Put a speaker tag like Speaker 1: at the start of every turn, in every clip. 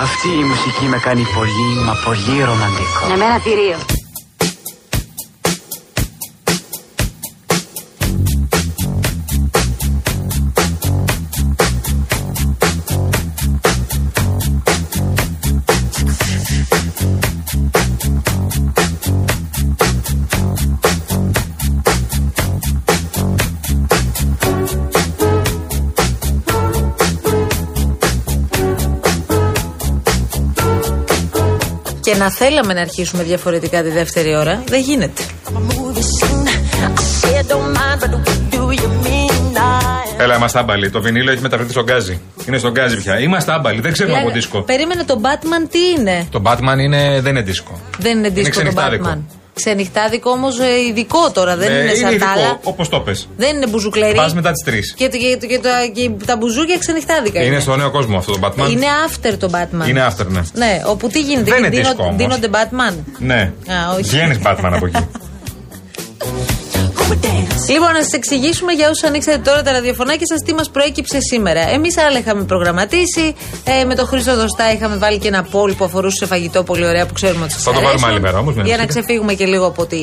Speaker 1: Αυτή η μουσική με κάνει πολύ, μα πολύ ρομαντικό.
Speaker 2: Εμένα θηρίο.
Speaker 3: Και να θέλαμε να αρχίσουμε διαφορετικά τη δεύτερη ώρα, δεν γίνεται.
Speaker 4: Έλα, είμαστε άμπαλοι. Το βινίλιο έχει μεταφερθεί στον γκάζι. Είναι στον γκάζι πια. Είμαστε άμπαλοι. Δεν ξέρουμε από
Speaker 3: Λέγα-
Speaker 4: δίσκο.
Speaker 3: Περίμενε τον Batman τι είναι.
Speaker 4: Το Batman είναι, δεν είναι δίσκο.
Speaker 3: Δεν είναι δίσκο το
Speaker 4: ξενυχτάδικο. Ναι,
Speaker 3: Batman. Ξενυχτάδικο όμω ειδικό τώρα,
Speaker 4: Ε,
Speaker 3: δεν είναι σαν τα άλλα.
Speaker 4: όπως το πες.
Speaker 3: Δεν είναι μπουζουκλερί.
Speaker 4: Πας μετά τις 3.
Speaker 3: Και, το- και, το- και, τα- και τα μπουζούκια ξενυχτάδικα.
Speaker 4: Είναι στο νέο κόσμο αυτό το Batman.
Speaker 3: Είναι after το Batman.
Speaker 4: Είναι after, ναι.
Speaker 3: Ναι, όπου τι γίνεται,
Speaker 4: Δεν
Speaker 3: και
Speaker 4: είναι δίσκο όμως.
Speaker 3: δίνονται Batman.
Speaker 4: Ναι.
Speaker 3: Α, όχι.
Speaker 4: Βγαίνεις Batman από εκεί.
Speaker 3: Λοιπόν, να σα εξηγήσουμε για όσους ανοίξατε τώρα τα ραδιοφωνάκια σας τι μας προέκυψε σήμερα. Εμείς άλλα είχαμε προγραμματίσει. Ε, με τον Χρήστο Δοστά είχαμε βάλει και ένα πόλ που αφορούσε φαγητό πολύ ωραία που ξέρουμε ότι σας
Speaker 4: Θα το βάλουμε άλλη μέρα όμως, ναι.
Speaker 3: Για να ξεφύγουμε και λίγο από τη,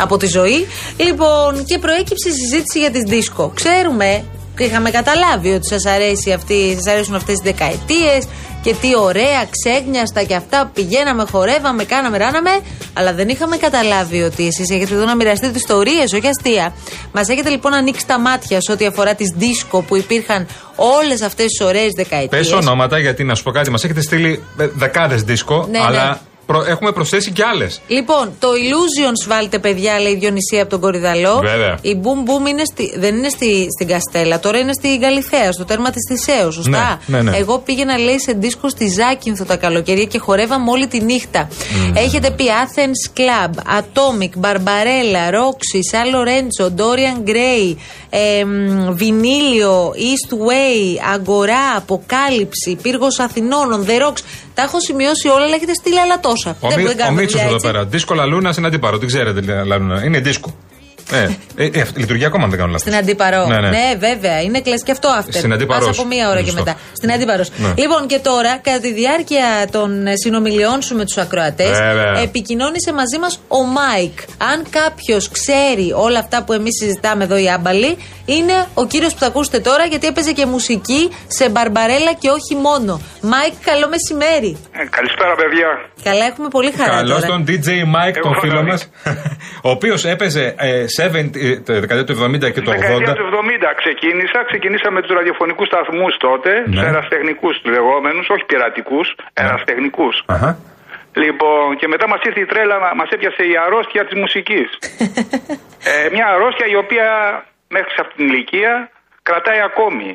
Speaker 3: από τη ζωή. Λοιπόν, και προέκυψε η συζήτηση για τις δίσκο. Ξέρουμε και είχαμε καταλάβει ότι σας αρέσει αυτή, σας αρέσουν αυτές τι δεκαετίες και τι ωραία, ξέγνιαστα και αυτά. Πηγαίναμε, χορεύαμε, κάναμε, ράναμε. Αλλά δεν είχαμε καταλάβει ότι εσείς έχετε εδώ να μοιραστείτε ιστορίες, όχι αστεία. Μας έχετε λοιπόν ανοίξει τα μάτια σε ό,τι αφορά τις δίσκο που υπήρχαν όλες αυτές τις ωραίες δεκαετίε.
Speaker 4: Πε ονόματα, γιατί να σου πω κάτι. Μας έχετε στείλει δεκάδες δίσκο,
Speaker 3: Ναι,
Speaker 4: αλλά
Speaker 3: ναι.
Speaker 4: προ- έχουμε προσθέσει και άλλες.
Speaker 3: Λοιπόν, το Illusions βάλτε παιδιά, λέει η Διονυσία από τον Κορυδαλό.
Speaker 4: Βέβαια.
Speaker 3: Η Boom Boom είναι στη, δεν είναι στη, στην Καστέλα, τώρα είναι στην Καλιθέα, στο τέρμα της Θησέως, σωστά.
Speaker 4: Ναι, ναι, ναι.
Speaker 3: Εγώ πήγαινα, λέει, σε δίσκο στη Ζάκυνθο τα καλοκαιρία και χορεύαμε όλη τη νύχτα. Έχετε πει Athens Club, Atomic, Barbarella, Roxy, San Lorenzo, Dorian Gray, εμ, Vinilio, East Way, Αγορά, Αποκάλυψη, Πύργος Αθηνών, On The Rocks. Τα έχω σημειώσει όλα, αλλά έχετε στείλει άλλα τόσα.
Speaker 4: Ο,
Speaker 3: δεν
Speaker 4: Μι-
Speaker 3: μπορεί να
Speaker 4: ο
Speaker 3: κάνουμε
Speaker 4: Μίτσος
Speaker 3: δουλειά
Speaker 4: εδώ
Speaker 3: έτσι.
Speaker 4: πέρα. Δίσκο Λαλούνα είναι αντίπαρο. Την ξέρετε, λε- Λαλούνα. Είναι δίσκο. Ε, ε, ε, αυτή- λειτουργεί ακόμα αν δεν κάνω λάθος.
Speaker 3: Στην αντίπαρο.
Speaker 4: Ναι, ναι.
Speaker 3: βέβαια. Είναι κλασ και αυτό after.
Speaker 4: Στην Αντίπαρος.
Speaker 3: Πας από μία ώρα και
Speaker 4: Σωστό.
Speaker 3: μετά. Στην αντίπαρο.
Speaker 4: Ναι.
Speaker 3: Λοιπόν, και τώρα, κατά τη διάρκεια των ε, συνομιλιών σου με τους ακροατές,
Speaker 4: Βέβαια.
Speaker 3: επικοινώνησε μαζί μας ο Μάικ. Αν κάποιος ξέρει όλα αυτά που εμείς συζητάμε εδώ οι άμπαλοι, είναι ο κύριος που θα ακούσετε τώρα, γιατί έπαιζε και μουσική σε μπαρμπαρέλα και όχι μόνο. Μάικ, καλό μεσημέρι.
Speaker 5: Ε, καλησπέρα, παιδιά.
Speaker 3: Καλά, έχουμε πολύ χαρά.
Speaker 4: Καλώς
Speaker 3: τώρα.
Speaker 4: τον DJ Mike, τον
Speaker 5: Εγώ
Speaker 4: φίλο
Speaker 5: θα-
Speaker 4: μα, ο οποίος έπαιζε ε, 70, ε, το δεκαετία του 70 και
Speaker 5: Στην
Speaker 4: του
Speaker 5: δεκαετία
Speaker 4: 80.
Speaker 5: του 70 ξεκίνησα. Ξεκινήσα με τους ραδιοφωνικούς σταθμούς τότε,
Speaker 4: Ναι.
Speaker 5: τους αεραστεχνικούς του λεγόμενους, όχι πειρατικούς, αεραστεχνικούς.
Speaker 4: Αχα.
Speaker 5: Λοιπόν, και μετά μας ήρθε η τρέλα, μα έπιασε η αρρώστια της μουσικής. ε, μια αρρώστια η οποία μέχρι σε αυτήν την ηλικία κρατάει ακόμη.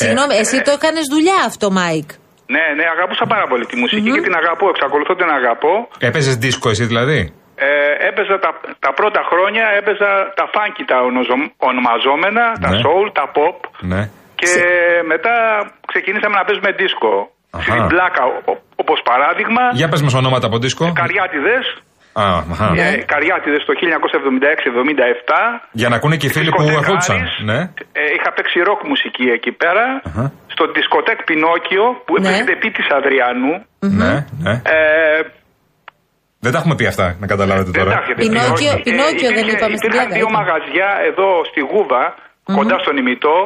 Speaker 3: Συγγνώμη, εσύ το έκανες δουλειά αυτό, Μάικ.
Speaker 5: Ναι, ναι, αγαπούσα πάρα πολύ τη μουσικη
Speaker 4: Mm-hmm.
Speaker 5: και την αγαπώ, εξακολουθώ την αγαπώ.
Speaker 4: Έπαιζες δίσκο εσύ δηλαδή.
Speaker 5: Ε, έπαιζα τα, τα πρώτα χρόνια, έπαιζα τα funky τα ονοζο- ονομαζόμενα, τα
Speaker 4: Ναι.
Speaker 5: soul, τα pop.
Speaker 4: Ναι.
Speaker 5: Και μετά ξεκινήσαμε να παίζουμε δίσκο.
Speaker 4: Αχα.
Speaker 5: Στην πλάκα, ο- ο- όπως παράδειγμα,
Speaker 4: Για πες μας ονόματα από
Speaker 5: Ε,
Speaker 4: δίσκο.
Speaker 5: Καριάτιδες,
Speaker 4: Α, αχα.
Speaker 5: ε, Καριάτιδες το 1976-77.
Speaker 4: Για να ακούνε και οι φίλοι που
Speaker 5: Δισκοτεκάρης.
Speaker 4: ερχόντουσαν. Ναι.
Speaker 5: Ε, είχα παίξει ροκ μουσική εκεί πέρα.
Speaker 4: Αχα.
Speaker 5: Στο δισκοτέκ Πινόκιο που
Speaker 3: Ναι.
Speaker 5: έπαιζε επί της Αδριανού.
Speaker 4: ναι, ναι.
Speaker 5: Ε,
Speaker 4: Δεν τα έχουμε πει αυτά, να καταλάβετε
Speaker 5: δεν τα
Speaker 4: τώρα.
Speaker 5: έχετε
Speaker 3: Πινόκιο-
Speaker 5: πει, όχι.
Speaker 3: Πινόκιο δεν
Speaker 5: υπήρχε-
Speaker 3: είπαμε στην
Speaker 5: Υπήρχαν
Speaker 3: πλάκα,
Speaker 5: δύο
Speaker 3: είπαμε.
Speaker 5: μαγαζιά εδώ στη Γούβα, κοντά στον ημιτό,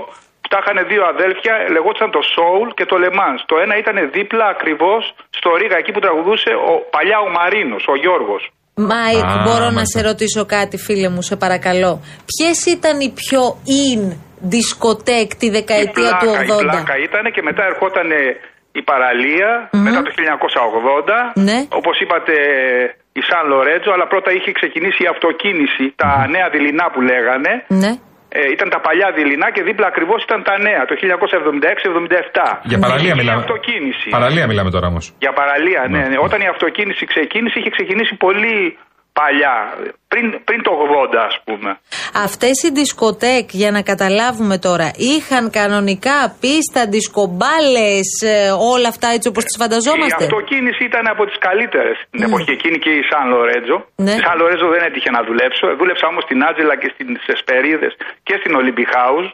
Speaker 5: που τα είχαν δύο αδέλφια, λεγόταν το Soul και το Le Mans. Το ένα ήταν δίπλα ακριβώς στο Ρίγα, εκεί που τραγουδούσε ο, παλιά ο Μαρίνος, ο Γιώργος.
Speaker 3: Μάικ,
Speaker 4: Α,
Speaker 3: μπορώ να
Speaker 4: μάλιστα.
Speaker 3: σε ρωτήσω κάτι, φίλε μου, σε παρακαλώ. Ποιες ήταν οι πιο in δισκοτέκ τη
Speaker 5: η
Speaker 3: δεκαετία του
Speaker 5: πλάκα, η
Speaker 3: 80.
Speaker 5: πλάκα ήταν και μετά ερχόταν η παραλια μετά το 1980.
Speaker 3: Ναι.
Speaker 5: Όπως είπατε, η Σαν Λορέτζο, αλλά πρώτα είχε ξεκινήσει η αυτοκίνηση, τα νέα δειλινά που λέγανε.
Speaker 3: Ναι.
Speaker 5: Ε, ήταν τα παλιά δειλινά και δίπλα ακριβώς ήταν τα νέα, το 1976-77.
Speaker 4: Για παραλία
Speaker 5: Είχε
Speaker 4: μιλάμε.
Speaker 5: ναι, αυτοκίνηση.
Speaker 4: Παραλία μιλάμε τώρα όμως.
Speaker 5: Για παραλία, ναι,
Speaker 4: Ναι.
Speaker 5: ναι. Όταν η αυτοκίνηση ξεκίνησε, είχε ξεκινήσει πολύ παλιά, πριν, πριν το 80 ας πούμε.
Speaker 3: Αυτές οι δισκοτέκ, για να καταλάβουμε τώρα, είχαν κανονικά πίστα, δισκομπάλες, ε, όλα αυτά έτσι όπως
Speaker 5: Ε,
Speaker 3: τις φανταζόμαστε.
Speaker 5: Η αυτοκίνηση ήταν από τις καλύτερες την εποχή εκείνη και η Σαν Λορέτζο.
Speaker 3: Ναι.
Speaker 5: Η Σαν Λορέτζο δεν έτυχε να δουλέψω. Δούλεψα όμως στην Άτζελα και στι Εσπερίδε και στην Olympic House.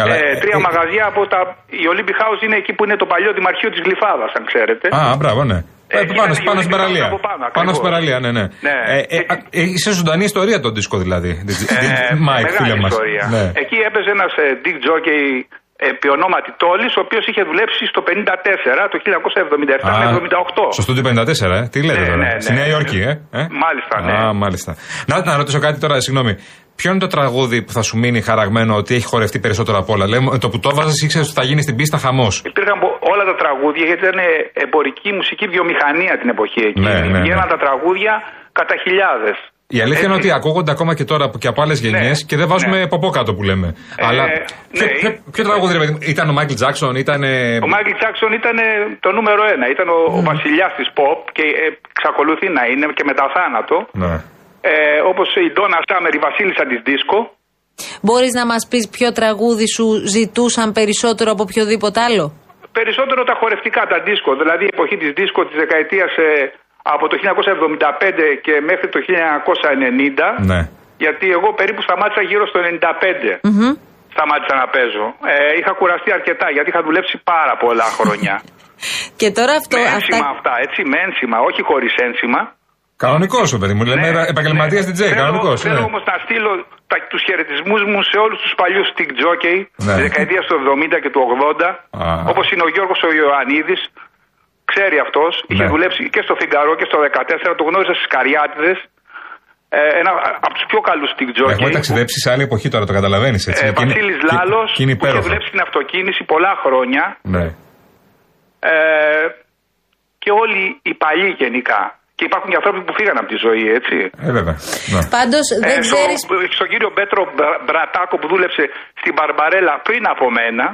Speaker 4: Καλά.
Speaker 5: Ε, τρία
Speaker 4: Ε,
Speaker 5: μαγαζιά από τα. Η Olympic House είναι εκεί που είναι το παλιό δημαρχείο της Γλυφάδας, αν ξέρετε.
Speaker 4: Α, μπράβο, ναι. Ε,
Speaker 5: εκεί
Speaker 4: πάνω,
Speaker 5: ήταν
Speaker 4: πάνω
Speaker 5: η
Speaker 4: στην
Speaker 5: Olympic
Speaker 4: παραλία.
Speaker 5: House από πάνω,
Speaker 4: πάνω
Speaker 5: ακριβώς.
Speaker 4: στην παραλία, ναι, ναι.
Speaker 5: Ναι.
Speaker 4: Ε, ε, α, ε, είσαι ζωντανή ιστορία το δίσκο δηλαδή. Της-
Speaker 5: Ε,
Speaker 4: της- Μάικ,
Speaker 5: μεγάλη
Speaker 4: φίλε μα.
Speaker 5: ιστορία. Ε,
Speaker 4: Ναι.
Speaker 5: Εκεί έπαιζε ένας Dick Jockey επί ονόματι Τόλης, ο οποίος είχε δουλέψει στο 54, το 1977
Speaker 4: Α,
Speaker 5: με 78.
Speaker 4: Σωστό του 54, ε. Τι λέτε
Speaker 5: Ναι,
Speaker 4: τώρα.
Speaker 5: ναι, ναι.
Speaker 4: Στη Νέα Υόρκη, ε. ε?
Speaker 5: Μάλιστα, ναι.
Speaker 4: Α, μάλιστα. Να, να ρωτήσω κάτι τώρα, συγγνώμη. Ποιο είναι το τραγούδι που θα σου μείνει χαραγμένο ότι έχει χορευτεί περισσότερο από όλα. Λέμε, το που το βάζει ήξερες ότι θα γίνει στην πίστα χαμός.
Speaker 5: Υπήρχαν πο- όλα τα τραγούδια γιατί ήταν ε, εμπορική μουσική βιομηχανία την εποχή εκείνη.
Speaker 4: Ναι, ναι, ναι.
Speaker 5: Βγαίναν τα τραγούδια κατά χιλιάδες.
Speaker 4: Η αλήθεια είναι ότι ακούγονται ακόμα και τώρα από- και από άλλες γενιέ
Speaker 5: Ναι,
Speaker 4: και δεν βάζουμε
Speaker 5: ναι.
Speaker 4: ποπό κάτω που λέμε. Αλλά
Speaker 5: ναι,
Speaker 4: ποιο,
Speaker 5: ναι.
Speaker 4: ποιο, ποιο τραγούδι, ρε παιδί μου, ήταν ο Μάικλ Τζάξον, ήταν. ε,
Speaker 5: Ο Μάικλ Τσάξον ήταν ε, το νούμερο ένα. Ήταν ο, ο βασιλιάς της pop και ε, εξακολουθεί να είναι και μετά θάνατο.
Speaker 4: Ναι.
Speaker 5: Ε, Όπως η Ντόνα Σάμερ, η βασίλισσα της δίσκο.
Speaker 3: Μπορείς να μας πεις ποιο τραγούδι σου ζητούσαν περισσότερο από οποιοδήποτε άλλο.
Speaker 5: Περισσότερο τα χορευτικά, τα δίσκο. Δηλαδή η εποχή της δίσκο της δεκαετίας ε, από το 1975 και μέχρι το 1990.
Speaker 4: ναι.
Speaker 5: Γιατί εγώ περίπου σταμάτησα γύρω στο 95. Σταμάτησα να παίζω. Ε, είχα κουραστεί αρκετά γιατί είχα δουλέψει πάρα πολλά χρόνια.
Speaker 3: Και τώρα αυτό,
Speaker 5: με
Speaker 3: αυτά,
Speaker 5: ένσημα αυτά, έτσι, με ένσημα, όχι χωρίς ένσημα.
Speaker 4: Κανονικός, ρε παιδί μου. Λέμε επαγγελματία στην Τζέι, ναι. κανονικό.
Speaker 5: Ναι, Ε, Θέλω όμως να στείλω τους χαιρετισμούς μου σε όλους τους παλιούς stick jockey
Speaker 4: Ναι.
Speaker 5: της δεκαετίας του 70 και του 80.
Speaker 4: Α.
Speaker 5: Όπως είναι ο Γιώργος ο Ιωαννίδης, ξέρει αυτός. Είχε
Speaker 4: Ναι.
Speaker 5: δουλέψει και στο Φιγκαρό και στο 14. Το γνώρισα στι Καριάτιδε. Ε, ένα από τους πιο καλούς stick jockey.
Speaker 4: Έχουμε
Speaker 5: που-
Speaker 4: ταξιδέψει ναι, σε άλλη εποχή τώρα, το καταλαβαίνεις.
Speaker 5: Ε, Βασίλη Λάλος,
Speaker 4: Και είναι
Speaker 5: που είχε
Speaker 4: υπέροχος.
Speaker 5: δουλέψει στην αυτοκίνηση πολλά χρόνια.
Speaker 4: Ναι.
Speaker 5: Ε, και όλοι οι παλιοί γενικά. Και υπάρχουν και άνθρωποι που φύγαν από τη ζωή, έτσι.
Speaker 4: Ε, βέβαια. Ναι.
Speaker 3: πάντως δεν
Speaker 5: Ε, στο,
Speaker 3: ξέρεις...
Speaker 5: στον κύριο Πέτρο Μπρα- Μπρατάκο που δούλεψε στην Μπαρμπαρέλα πριν από μένα.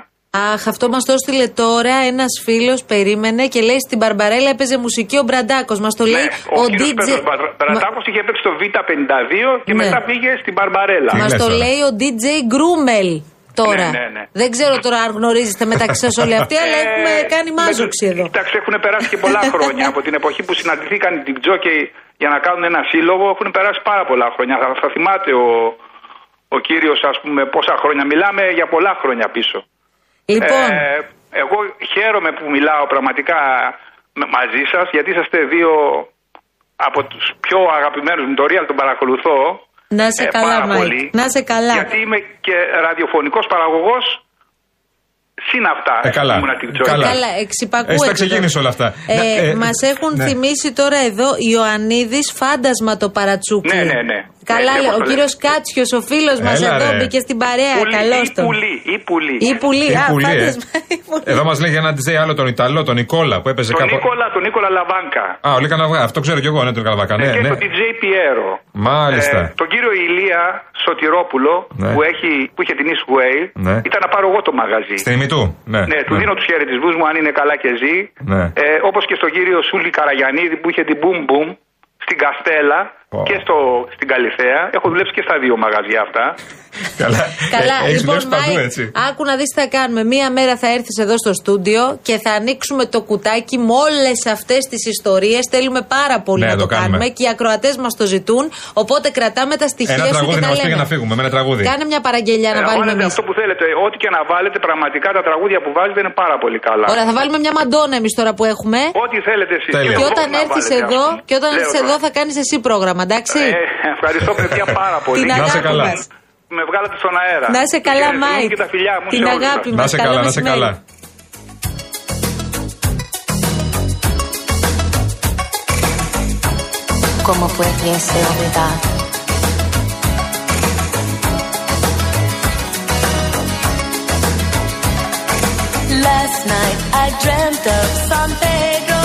Speaker 3: Αχ, αυτό μας το έστειλε τώρα. Ένας φίλος περίμενε και λέει στην Μπαρμπαρέλα έπαιζε μουσική ο Μπραντάκος. Μας το λέει
Speaker 5: ναι, ο,
Speaker 3: ο
Speaker 5: κύριος
Speaker 3: DJ.
Speaker 5: Πέτρος Μπρα- Μπρατάκος είχε παίξει στο Β52 και
Speaker 3: Ναι.
Speaker 5: μετά πήγε στην Μπαρμπαρέλα.
Speaker 4: Τι
Speaker 3: Μα
Speaker 4: λες
Speaker 3: το
Speaker 4: τώρα.
Speaker 3: λέει ο DJ Γκρούμελ τώρα.
Speaker 5: Ναι, ναι, ναι.
Speaker 3: Δεν ξέρω τώρα αν γνωρίζετε μεταξύ σας όλοι αυτοί, αλλά
Speaker 5: Ε,
Speaker 3: έχουμε κάνει
Speaker 5: με
Speaker 3: μάζοξη
Speaker 5: τους-
Speaker 3: εδώ.
Speaker 5: Κοιτάξτε, έχουν περάσει και πολλά χρόνια. από την εποχή που συναντηθήκαν οι Τζόκεϊ για να κάνουν ένα σύλλογο, έχουν περάσει πάρα πολλά χρόνια. Θα, θα θυμάται ο, ο κύριος, ας πούμε, πόσα χρόνια. Μιλάμε για πολλά χρόνια πίσω.
Speaker 3: Λοιπόν,
Speaker 5: Ε, εγώ χαίρομαι που μιλάω πραγματικά με- μαζί σας, γιατί είσαστε δύο από τους πιο αγαπημένους μου. Το Real τον παρακολουθώ.
Speaker 3: να είσαι
Speaker 5: ε,
Speaker 3: καλά,
Speaker 5: πάρα
Speaker 3: Μάικ.
Speaker 5: πολύ.
Speaker 3: Να είσαι καλά.
Speaker 5: Γιατί είμαι και ραδιοφωνικός παραγωγός συν αυτά.
Speaker 4: Ε, καλά.
Speaker 5: Ήμουνα την Τζόκη.
Speaker 4: Καλά.
Speaker 3: Καλά, εξυπακούεται.
Speaker 4: Εσύ τα Ε, ξεκίνησε όλα αυτά.
Speaker 3: Ε,
Speaker 4: Ναι, ε,
Speaker 3: Μας έχουν
Speaker 4: ναι.
Speaker 3: θυμίσει τώρα εδώ Ιωαννίδης φάντασμα το παρατσούκι.
Speaker 5: Ναι, ναι, ναι.
Speaker 3: Καλά,
Speaker 5: Ναι,
Speaker 3: λέει,
Speaker 5: όπως
Speaker 3: ο
Speaker 5: το
Speaker 3: κύριο Κάτσιος, ο φίλος μας
Speaker 4: Έλα,
Speaker 3: εδώ
Speaker 4: ρε.
Speaker 3: μπήκε στην παρέα.
Speaker 5: Πουλί,
Speaker 3: Καλώς
Speaker 5: ή
Speaker 3: τον.
Speaker 5: πουλί, ή πουλί.
Speaker 3: Ή πουλί,
Speaker 4: Ε,
Speaker 3: α,
Speaker 4: πουλί, ε.
Speaker 3: φάντασμα. ή πουλί.
Speaker 4: Εδώ μας λέει για έναν DJ άλλο τον Ιταλό, τον Νικόλα που έπαιζε
Speaker 5: Τον
Speaker 4: κάπου.
Speaker 5: Νίκολα, τον Νίκολα Λαβάνκα.
Speaker 4: Α, ο Λίκα Ναυγά, αυτό ξέρω κι εγώ, ναι, τον Καλαβάκα.
Speaker 5: Ε,
Speaker 4: Ναι,
Speaker 5: και
Speaker 4: ναι.
Speaker 5: τον DJ Πιέρο. Ε,
Speaker 4: Μάλιστα.
Speaker 5: τον κύριο Ηλία Σωτηρόπουλο
Speaker 4: Ναι.
Speaker 5: που, έχει, που είχε την East Way.
Speaker 4: Ναι.
Speaker 5: Ήταν να πάρω εγώ το μαγαζί.
Speaker 4: Στην ημιτού. Ναι,
Speaker 5: Ναι, του δίνω τους χαιρετισμούς μου αν είναι καλά και ζει.
Speaker 4: Ναι.
Speaker 5: Ε, Όπως και στον κύριο Σούλη Καραγιανίδη που είχε την Boom Boom στην Καστέλα
Speaker 4: Ω.
Speaker 5: και στο, στην Καλιθέα. Έχω δουλέψει και στα δύο μαγαζιά αυτά.
Speaker 4: Καλά.
Speaker 3: Καλά,
Speaker 4: Ε, έχεις
Speaker 3: λοιπόν,
Speaker 4: δουλέψει παντού,
Speaker 3: Μάικ,
Speaker 4: έτσι.
Speaker 3: άκου να δεις τι θα κάνουμε. Μία μέρα θα έρθεις εδώ στο στούντιο και θα ανοίξουμε το κουτάκι με όλες αυτές τις ιστορίες. Θέλουμε πάρα πολύ
Speaker 4: Ναι,
Speaker 3: να
Speaker 4: το
Speaker 3: το κάνουμε.
Speaker 4: κάνουμε.
Speaker 3: και οι ακροατές μας το ζητούν. Οπότε κρατάμε τα στοιχεία
Speaker 4: Ένα
Speaker 3: σου και
Speaker 4: τραγούδι
Speaker 3: τα
Speaker 4: να μας πει για
Speaker 3: λέμε.
Speaker 4: να φύγουμε. Με ένα τραγούδι.
Speaker 3: Κάνε μια παραγγελιά να
Speaker 5: Ε,
Speaker 3: βάλουμε
Speaker 5: βάλετε
Speaker 3: εμείς.
Speaker 5: αυτό που θέλετε. Ό,τι και να βάλετε, πραγματικά τα τραγούδια που βάζετε είναι πάρα πολύ καλά.
Speaker 3: Ωραία, θα βάλουμε μια μαντόνα εμείς τώρα που έχουμε.
Speaker 5: Ό,τι θέλετε εσείς.
Speaker 4: Τέλεια.
Speaker 3: Και όταν έρθει εδώ, και όταν έρθει εδώ θα κάνεις εσύ πρόγραμμα, εντάξει.
Speaker 5: Ε, ευχαριστώ παιδιά πάρα πολύ.
Speaker 3: Την
Speaker 4: Να είσαι
Speaker 3: αγάπη
Speaker 4: καλά.
Speaker 3: μας.
Speaker 5: Με βγάλατε στον αέρα.
Speaker 3: Να είσαι
Speaker 5: Τους
Speaker 3: καλά,
Speaker 5: χαιρετισμούς
Speaker 3: Μάικ.
Speaker 5: Και τα φιλιά μου
Speaker 3: Την
Speaker 5: σε όλους
Speaker 3: αγάπη
Speaker 5: σας.
Speaker 4: Να
Speaker 3: μας,
Speaker 4: σε
Speaker 3: καλό
Speaker 4: καλά, να σε
Speaker 3: μεσημέρι.
Speaker 4: καλά.
Speaker 2: ¿Cómo pudiese olvidar? Last night I dreamt of San Pedro.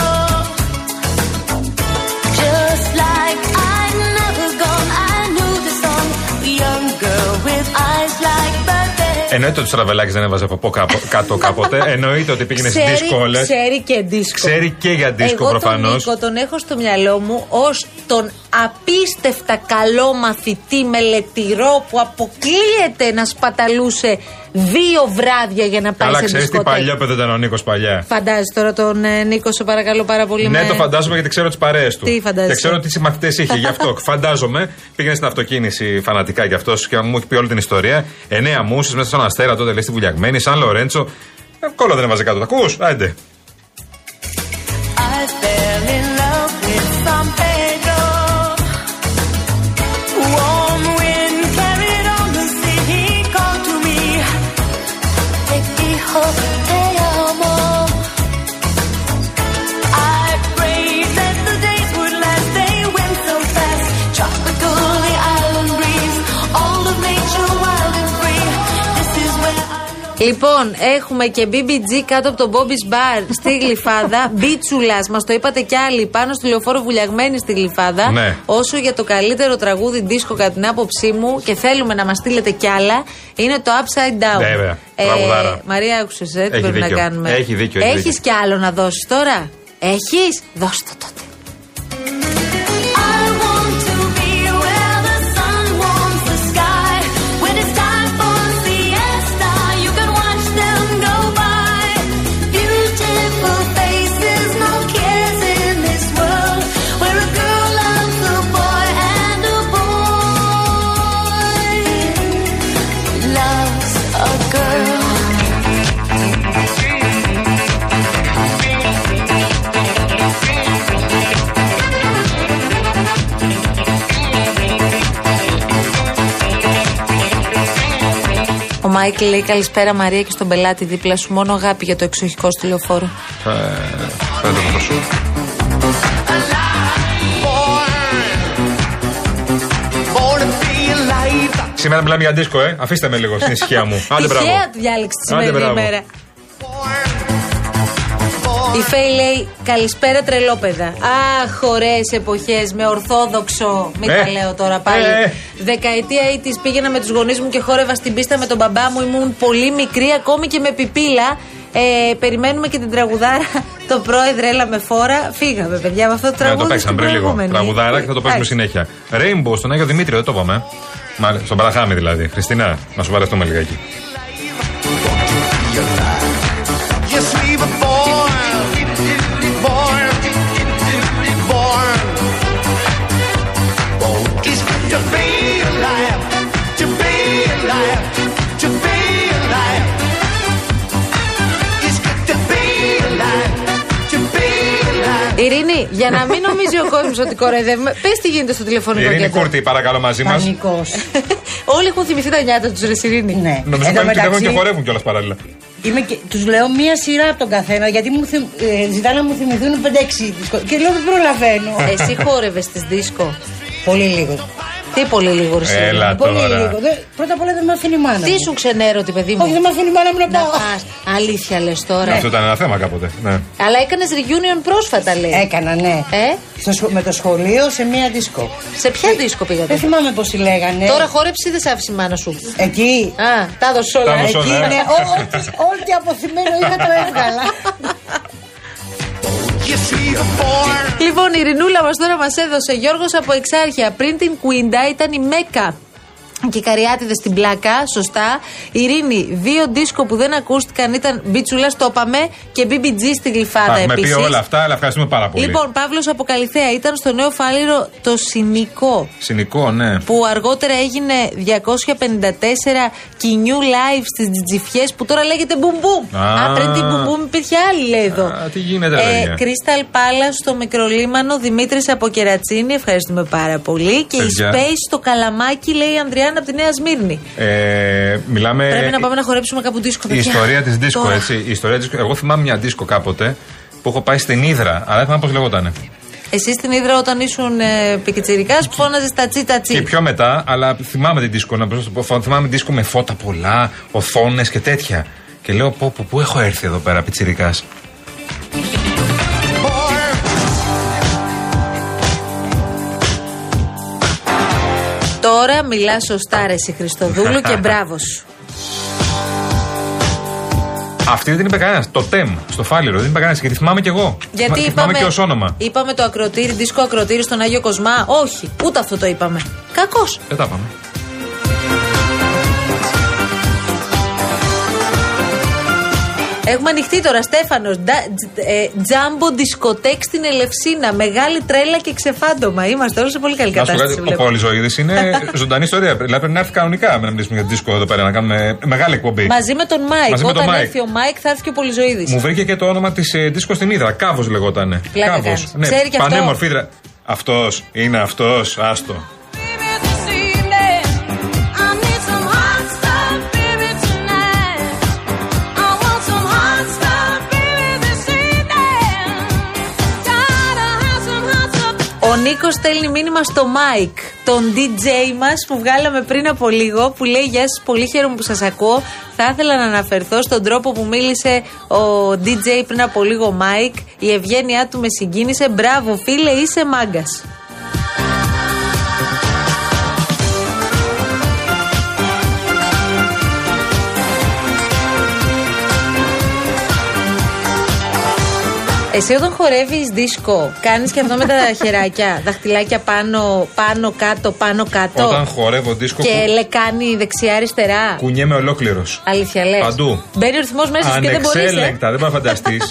Speaker 2: Just like I'd never gone, I knew the song. The young girl with eyes like birthday.
Speaker 4: Εννοείται ότι ο Στραβελάκης δεν έβαζε από κάπου, κάτω κάποτε. Εννοείται ότι πήγαινε στις δύσκολες.
Speaker 3: Ξέρει και δίσκο.
Speaker 4: Ξέρει και για δίσκο
Speaker 3: Εγώ
Speaker 4: προφανώς.
Speaker 3: Τον Νίκο τον έχω στο μυαλό μου ως τον απίστευτα καλό μαθητή μελετηρό που αποκλείεται να σπαταλούσε δύο βράδια για να πάει
Speaker 4: Καλά,
Speaker 3: σε
Speaker 4: ξέρεις τι
Speaker 3: δισκοτέκ.
Speaker 4: παλιό παιδί ήταν ο Νίκος παλιά.
Speaker 3: Φαντάζεσαι τώρα τον ε, Νίκο, σε παρακαλώ πάρα πολύ.
Speaker 4: Ναι,
Speaker 3: με-
Speaker 4: το φαντάζομαι γιατί ξέρω τις παρέες του.
Speaker 3: Τι φαντάζεσαι?
Speaker 4: Και ξέρω τι συμμαθητέ είχε. Γι' αυτό φαντάζομαι πήγαινε στην αυτοκίνηση φανατικά κι αυτός και μου έχει πει όλη την ιστορία. Εννέα μουσες μέσα στον αστέρα τότε λες τη βουλιαγμένη, σαν Λορέντσο. Ε, Κόλλο δεν έβαζε κάτω. Τα ακούς, άντε.
Speaker 2: I fell in love with San Pedro. Warm wind carried on the sea. He called to me. Te dijo te amo. I prayed that the days would last. They went so fast. Tropical the island breeze. All of nature wild and free. This is where I know.
Speaker 3: Λοιπόν, έχουμε και BBG κάτω από το Bobby's Bar στη Γλυφάδα. Μπίτσουλας, μας το είπατε κι άλλοι, πάνω στη λεωφόρο βουλιαγμένη στη Γλυφάδα.
Speaker 4: Ναι.
Speaker 3: Όσο για το καλύτερο τραγούδι δίσκο, κατά την άποψή μου, και θέλουμε να μας στείλετε κι άλλα, είναι το Upside Down.
Speaker 4: Βέβαια. Τραγουδάρα.
Speaker 3: Μαρία, άκουσες, ε, τι
Speaker 4: Έχει
Speaker 3: πρέπει
Speaker 4: δίκιο.
Speaker 3: να κάνουμε.
Speaker 4: Έχει δίκιο, έχει
Speaker 3: Έχεις κι άλλο να δώσεις τώρα. Έχεις, δώσ' το τότε.
Speaker 2: I want to be where the sun warms the sky. When it's time for siesta, you can watch them go by. Beautiful faces, no cares in this world. Where a girl loves a boy and a boy loves a girl.
Speaker 3: Ο Μάικλ λέει καλησπέρα Μαρία και στον πελάτη δίπλα σου. Μόνο αγάπη για το εξοχικό στη λεωφόρο.
Speaker 4: Ε, Πέντε από το σου. Σήμερα μιλάμε για δίσκο, ε. Αφήστε με λίγο στην ησυχία μου. Άντε μπράβο. Ναι,
Speaker 3: Τυχαία του διάλεξε τη
Speaker 4: Άντε,
Speaker 3: σημερινή
Speaker 4: μπράβο.
Speaker 3: ημέρα. Η Φέη λέει καλησπέρα τρελόπαιδα. Αχ, ωραίες εποχές με ορθόδοξο. Μην
Speaker 4: Ε,
Speaker 3: τα λέω τώρα πάλι.
Speaker 4: ε, ε.
Speaker 3: Δεκαετία ή τη πήγαινα με τους γονείς μου και χόρευα στην πίστα με τον μπαμπά μου. Ήμουν πολύ μικρή, ακόμη και με πιπίλα. Ε, περιμένουμε και την τραγουδάρα. Το πρόεδρε, έλα με φόρα. Φύγαμε, παιδιά, με αυτό το
Speaker 4: Ναι,
Speaker 3: τραγούδι.
Speaker 4: το παίξαμε
Speaker 3: στην
Speaker 4: πριν λίγο.
Speaker 3: προηγούμενη.
Speaker 4: Τραγουδάρα και θα το παίξουμε
Speaker 3: Εντάξει.
Speaker 4: συνέχεια. Rainbow στον Άγιο Δημήτριο, δεν το είπαμε. Μα, στον Παραχάμι δηλαδή. Χριστίνα, να σου βαρεθούμε λιγάκι.
Speaker 3: Ειρήνη, για να μην νομίζει ο κόσμος ότι κοροϊδεύουμε, πες τι γίνεται στο τηλεφωνικό
Speaker 4: Ειρήνη
Speaker 3: κέντρο.
Speaker 4: Κούρτη, παρακαλώ μαζί μας.
Speaker 6: Πανικός.
Speaker 3: Όλοι έχουν θυμηθεί τα νιάτα τους, Ρε Ειρήνη.
Speaker 6: Ναι.
Speaker 4: Νομίζω
Speaker 6: Εν τω
Speaker 4: ότι κοιτάζουν και
Speaker 6: μεταξύ,
Speaker 4: χορεύουν κιόλας παράλληλα.
Speaker 6: Είμαι και, τους λέω μία σειρά από τον καθένα γιατί μου θυμ, ε, ζητά να μου θυμηθούν 5-6 δίσκο. Και λέω δεν προλαβαίνω.
Speaker 3: Εσύ χόρευες στι δίσκο.
Speaker 6: πολύ λίγο.
Speaker 3: Τι πολύ λίγο ρε Ειρήνη.
Speaker 4: Έλα
Speaker 6: πολύ
Speaker 4: τώρα. Ναι,
Speaker 6: λίγο. Δε- πρώτα απ' όλα δεν με αφήνει η μάνα.
Speaker 3: Τι
Speaker 6: μου.
Speaker 3: σου ξενέρωτη, παιδί
Speaker 6: Όχι, δεν
Speaker 3: μου.
Speaker 6: με αφήνει η μάνα μου να
Speaker 3: Να
Speaker 6: πάω.
Speaker 3: πας. Αλήθεια λες τώρα.
Speaker 4: Αυτό ήταν ένα θέμα κάποτε. Ναι.
Speaker 3: Αλλά έκανες reunion πρόσφατα, λέει.
Speaker 6: Έκανα, ναι.
Speaker 3: Ε,
Speaker 6: Στο σχο- με το σχολείο σε μία δίσκο.
Speaker 3: σε ποια δίσκο
Speaker 6: Ε- Δεν
Speaker 3: πήγατε. Ε-
Speaker 6: θυμάμαι πώς τη λέγανε.
Speaker 3: Τώρα χόρεψε ή δεν σ' άφησε η μάνα σου.
Speaker 6: Εκεί.
Speaker 3: Α, τα έδωσε όλα.
Speaker 4: Τα έδωσε
Speaker 6: Εκεί
Speaker 4: όλα.
Speaker 6: είναι. Ναι, ό- ό,τι- Ό,τι αποθυμένο είχα το έβγαλα.
Speaker 3: Λοιπόν, η Ρινούλα μας τώρα μας έδωσε Γιώργος από Εξάρχεια. Πριν την Κουίντα ήταν η Μέκα. Και οι καριάτιδες στην πλάκα, σωστά. Η Ειρήνη, δύο δίσκο που δεν ακούστηκαν ήταν Μπίτσουλα, το είπαμε, και BBG στη γλυφάδα
Speaker 4: Τα έχουμε πει
Speaker 3: επίσης.
Speaker 4: όλα αυτά, αλλά ευχαριστούμε πάρα πολύ.
Speaker 3: Λοιπόν, Παύλος από Καλυθέα ήταν στο νέο φάληρο το Συνικό
Speaker 4: Συνικό, ναι.
Speaker 3: που αργότερα έγινε 254 κοινιού live στις τζιτζιφιές που τώρα λέγεται Μπουμ Μπουμ.
Speaker 4: Α.
Speaker 3: Α, πριν την Μπουμ Μπουμ υπήρχε άλλη λέει εδώ.
Speaker 4: Α, τι γίνεται, ρε, παιδιά.
Speaker 3: Κρίσταλ Πάλα στο Μικρολίμανο, Δημήτρης από Κερατσίνη, ευχαριστούμε πάρα πολύ. Και η
Speaker 4: Παιδιά.
Speaker 3: Space στο Καλαμάκι λέει η Ανδριάννα από τη Νέα Σμύρνη.
Speaker 4: Ε, μιλάμε.
Speaker 3: Πρέπει να πάμε να χορέψουμε κάπου δίσκο.
Speaker 4: Η
Speaker 3: παιδιά.
Speaker 4: ιστορία της δίσκο,
Speaker 3: Τώρα.
Speaker 4: έτσι. Η ιστορία της δίσκο. Εγώ θυμάμαι μια δίσκο κάποτε που έχω πάει στην Ήδρα, αλλά δεν θυμάμαι πώς λεγότανε.
Speaker 3: Εσύ στην Ήδρα όταν ήσουν ε, πικιτσιρικάς που φώναζες τα τσι τα
Speaker 4: Και
Speaker 3: τσι.
Speaker 4: πιο μετά, αλλά θυμάμαι την δίσκο. Να πω- θυμάμαι δίσκο με φώτα πολλά, οθόνες και τέτοια. Και λέω, πω, πω, πού έχω έρθει εδώ πέρα, πιτσυρικά.
Speaker 3: Τώρα μιλά σωστά ρε εσύ, Χριστοδούλου και μπράβο σου.
Speaker 4: Αυτή δεν την είπε κανένας. Το τεμ στο φάληρο δεν είπε κανένας. Και τη θυμάμαι κι εγώ.
Speaker 3: Γιατί
Speaker 4: τη
Speaker 3: είπαμε,
Speaker 4: θυμάμαι και ως όνομα.
Speaker 3: είπαμε το ακροτήρι, δίσκο ακροτήρι στον Άγιο Κοσμά. Όχι, ούτε αυτό το είπαμε. Κακός.
Speaker 4: Δεν τα πάμε.
Speaker 3: Έχουμε ανοιχτεί τώρα, Στέφανος. ε, Τζάμπο δισκοτέκ στην Ελευσίνα. Μεγάλη τρέλα και ξεφάντωμα. Είμαστε όλοι σε πολύ καλή
Speaker 4: Να σου πω
Speaker 3: κατάσταση.
Speaker 4: κάτι, ο
Speaker 3: βλέπω.
Speaker 4: Πολυζωήδη είναι ζωντανή ιστορία. Δηλαδή πρέπει να έρθει κανονικά να μιλήσουμε για δίσκο εδώ πέρα, να κάνουμε μεγάλη εκπομπή.
Speaker 3: Μαζί με τον Μάικ.
Speaker 4: Μαζί με τον
Speaker 3: Όταν
Speaker 4: Μάικ.
Speaker 3: έρθει ο Μάικ, θα έρθει και ο Πολυζοίδη.
Speaker 4: Μου βρήκε και το όνομα της ε, δίσκο στην Ήδρα. Κάβος λεγότανε. Ναι,
Speaker 3: Πλάκα κάνεις. Ξέρει και αυτό.
Speaker 4: πανέμορφη Ήδρα. Αυτός είναι αυτός, άστο.
Speaker 2: Baby, this evening I need some hot stuff, baby, tonight. I want some hot stuff, baby, this evening. Gotta have some hot stuff.
Speaker 3: Ο Νίκος στέλνει μήνυμα στο Μάικ, τον DJ μας που βγάλαμε πριν από λίγο, που λέει Γεια σας, πολύ χαίρομαι που σας ακούω. Θα ήθελα να αναφερθώ στον τρόπο που μίλησε ο DJ πριν από λίγο, Μάικ. Η ευγένειά του με συγκίνησε. Μπράβο, φίλε, είσαι μάγκας. Εσύ όταν χορεύεις δίσκο, κάνεις και αυτό με τα χεράκια, δαχτυλάκια πάνω, πάνω κάτω, πάνω κάτω.
Speaker 4: Όταν χορεύω δίσκο,
Speaker 3: Και
Speaker 4: κου-
Speaker 3: λεκάνη δεξιά-αριστερά.
Speaker 4: κουνιέμαι ολόκληρος.
Speaker 3: Αλήθεια λες.
Speaker 4: Παντού.
Speaker 3: Μπαίνει ο ρυθμός μέσα σου και δεν ε. μπορεί.
Speaker 4: Ανεξέλεγκτα, δεν πάει να φανταστείς.
Speaker 2: Wanna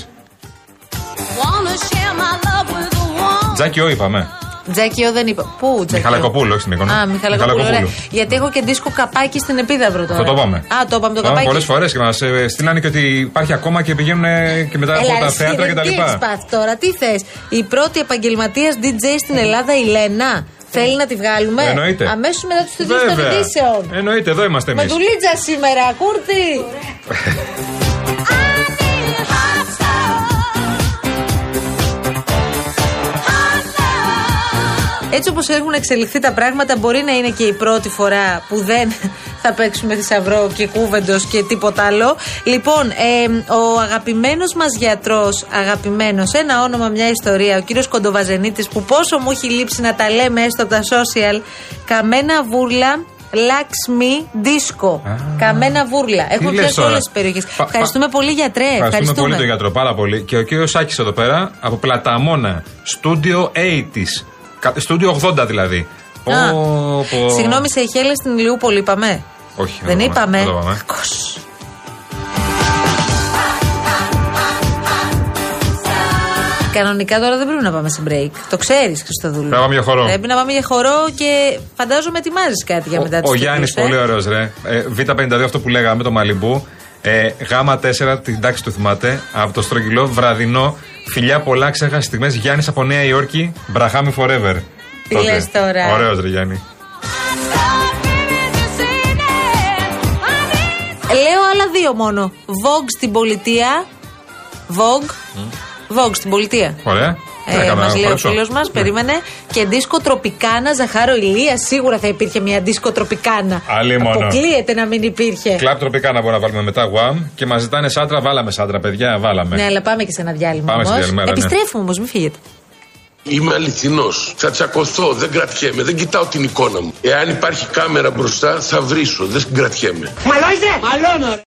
Speaker 2: share my love with the one.
Speaker 4: Τζάκι, ό, είπαμε.
Speaker 3: Τζακιό δεν είπα. Πού, Τζακιό.
Speaker 4: Μιχαλακοπούλου, όχι στην εικόνα.
Speaker 3: Α, Μιχαλακοπούλου.
Speaker 4: Μιχαλακοπούλου.
Speaker 3: Ωραία. Γιατί έχω και δίσκο καπάκι στην επίδαυρο τώρα.
Speaker 4: Αυτό το είπαμε.
Speaker 3: Α, το είπαμε το
Speaker 4: είπαμε
Speaker 3: καπάκι.
Speaker 4: πολλές φορές και μας στείλανε και ότι υπάρχει ακόμα και πηγαίνουν ε, και μετά από
Speaker 3: Έλα,
Speaker 4: τα
Speaker 3: εσύ,
Speaker 4: θέατρα
Speaker 3: ρε,
Speaker 4: κτλ.
Speaker 3: τι έχεις πάθει τώρα, τι θες. Η πρώτη επαγγελματίας DJ στην Ελλάδα, η Λένα. Θέλει να τη βγάλουμε.
Speaker 4: Εννοείται.
Speaker 3: Αμέσως μετά του τίτλου των
Speaker 4: Βέβαια.
Speaker 3: ειδήσεων.
Speaker 4: Εννοείται, εδώ είμαστε
Speaker 3: Με
Speaker 4: εμείς.
Speaker 3: δουλίτσα σήμερα, κούρτι.
Speaker 2: I need hot stuff. Hot stuff.
Speaker 3: Έτσι όπως έχουν εξελιχθεί τα πράγματα, μπορεί να είναι και η πρώτη φορά που δεν θα παίξουμε θησαυρό και κούβεντος και τίποτα άλλο. Λοιπόν, ε, ο αγαπημένος μας γιατρός, αγαπημένος, ένα όνομα, μια ιστορία, ο κύριος Κοντοβαζενίτης, που πόσο μου έχει λείψει να τα λέμε έστω από τα social, καμένα βούρλα. Λάξμι δίσκο. Καμένα βούρλα. Έχουμε
Speaker 4: λες
Speaker 3: πιάσει
Speaker 4: τώρα.
Speaker 3: όλες τις περιοχές.
Speaker 4: Πα- πα-
Speaker 3: Ευχαριστούμε πολύ, γιατρέ.
Speaker 4: Ευχαριστούμε,
Speaker 3: Ε,
Speaker 4: πολύ
Speaker 3: Ευχαριστούμε.
Speaker 4: τον γιατρό, πάρα πολύ. Και ο κύριος Σάκης εδώ πέρα από Πλαταμόνα, Studio 80s. Κα- Studio 80 δηλαδή.
Speaker 3: Α.
Speaker 4: Πω, πω.
Speaker 3: Συγγνώμη, σε ηχέλε στην Ηλιούπολη είπαμε.
Speaker 4: Όχι,
Speaker 3: Δεν
Speaker 4: το
Speaker 3: είπαμε.
Speaker 4: δεν το είπαμε.
Speaker 3: Κακός. Κανονικά τώρα δεν πρέπει να πάμε σε break. Το ξέρεις, Χριστοδούλου.
Speaker 4: Πρέπει να πάμε για χορό.
Speaker 3: Πρέπει να πάμε για χορό και φαντάζομαι ετοιμάζεις κάτι για μετά
Speaker 4: Ο,
Speaker 3: τις
Speaker 4: ο
Speaker 3: ταινίες,
Speaker 4: Γιάννη,
Speaker 3: ε.
Speaker 4: πολύ ωραίος, ρε. Ε, Β52, αυτό που λέγαμε, το Μαλιμπού. Ε, Γ4, την τάξη του θυμάται. Από το στρογγυλό, βραδινό. Φιλιά πολλά, ξέχασες στιγμές. Γιάννης από Νέα Υόρκη, Μπραχάμι Forever.
Speaker 3: Τι
Speaker 4: Τότε.
Speaker 3: λες τώρα.
Speaker 4: Ωραίος, ρε Γιάννη.
Speaker 3: Λέω άλλα δύο μόνο. Vogue στην πολιτεία. Vogue. Vogue στην πολιτεία.
Speaker 4: Ωραία. Τι να
Speaker 3: Ε,
Speaker 4: κάνουμε,
Speaker 3: μα
Speaker 4: να
Speaker 3: λέει ο
Speaker 4: χορέψω.
Speaker 3: φίλο μα,
Speaker 4: Ναι.
Speaker 3: περίμενε. Και δίσκο τροπικάνα, Ζαχάρο Ηλίας. Σίγουρα θα υπήρχε μια δίσκο τροπικάνα.
Speaker 4: Άλλη μόνο.
Speaker 3: Αποκλείεται να μην υπήρχε.
Speaker 4: Κλαπ τροπικά να μπορούμε να βάλουμε μετά, γουάμ. Και μας ζητάνε σάντρα, βάλαμε σάντρα, παιδιά, βάλαμε.
Speaker 3: Ναι, αλλά πάμε και σε ένα διάλειμμα.
Speaker 4: Πάμε σε
Speaker 3: όμως.
Speaker 4: διάλειμμα, ναι.
Speaker 3: Επιστρέφουμε όμως, μην φύγετε.
Speaker 7: Είμαι αληθινός. Θα τσακωθώ, δεν κρατιέμαι, δεν κοιτάω την εικόνα μου. Εάν υπάρχει κάμερα μπροστά, θα βρίσω, δεν κρατιέμαι.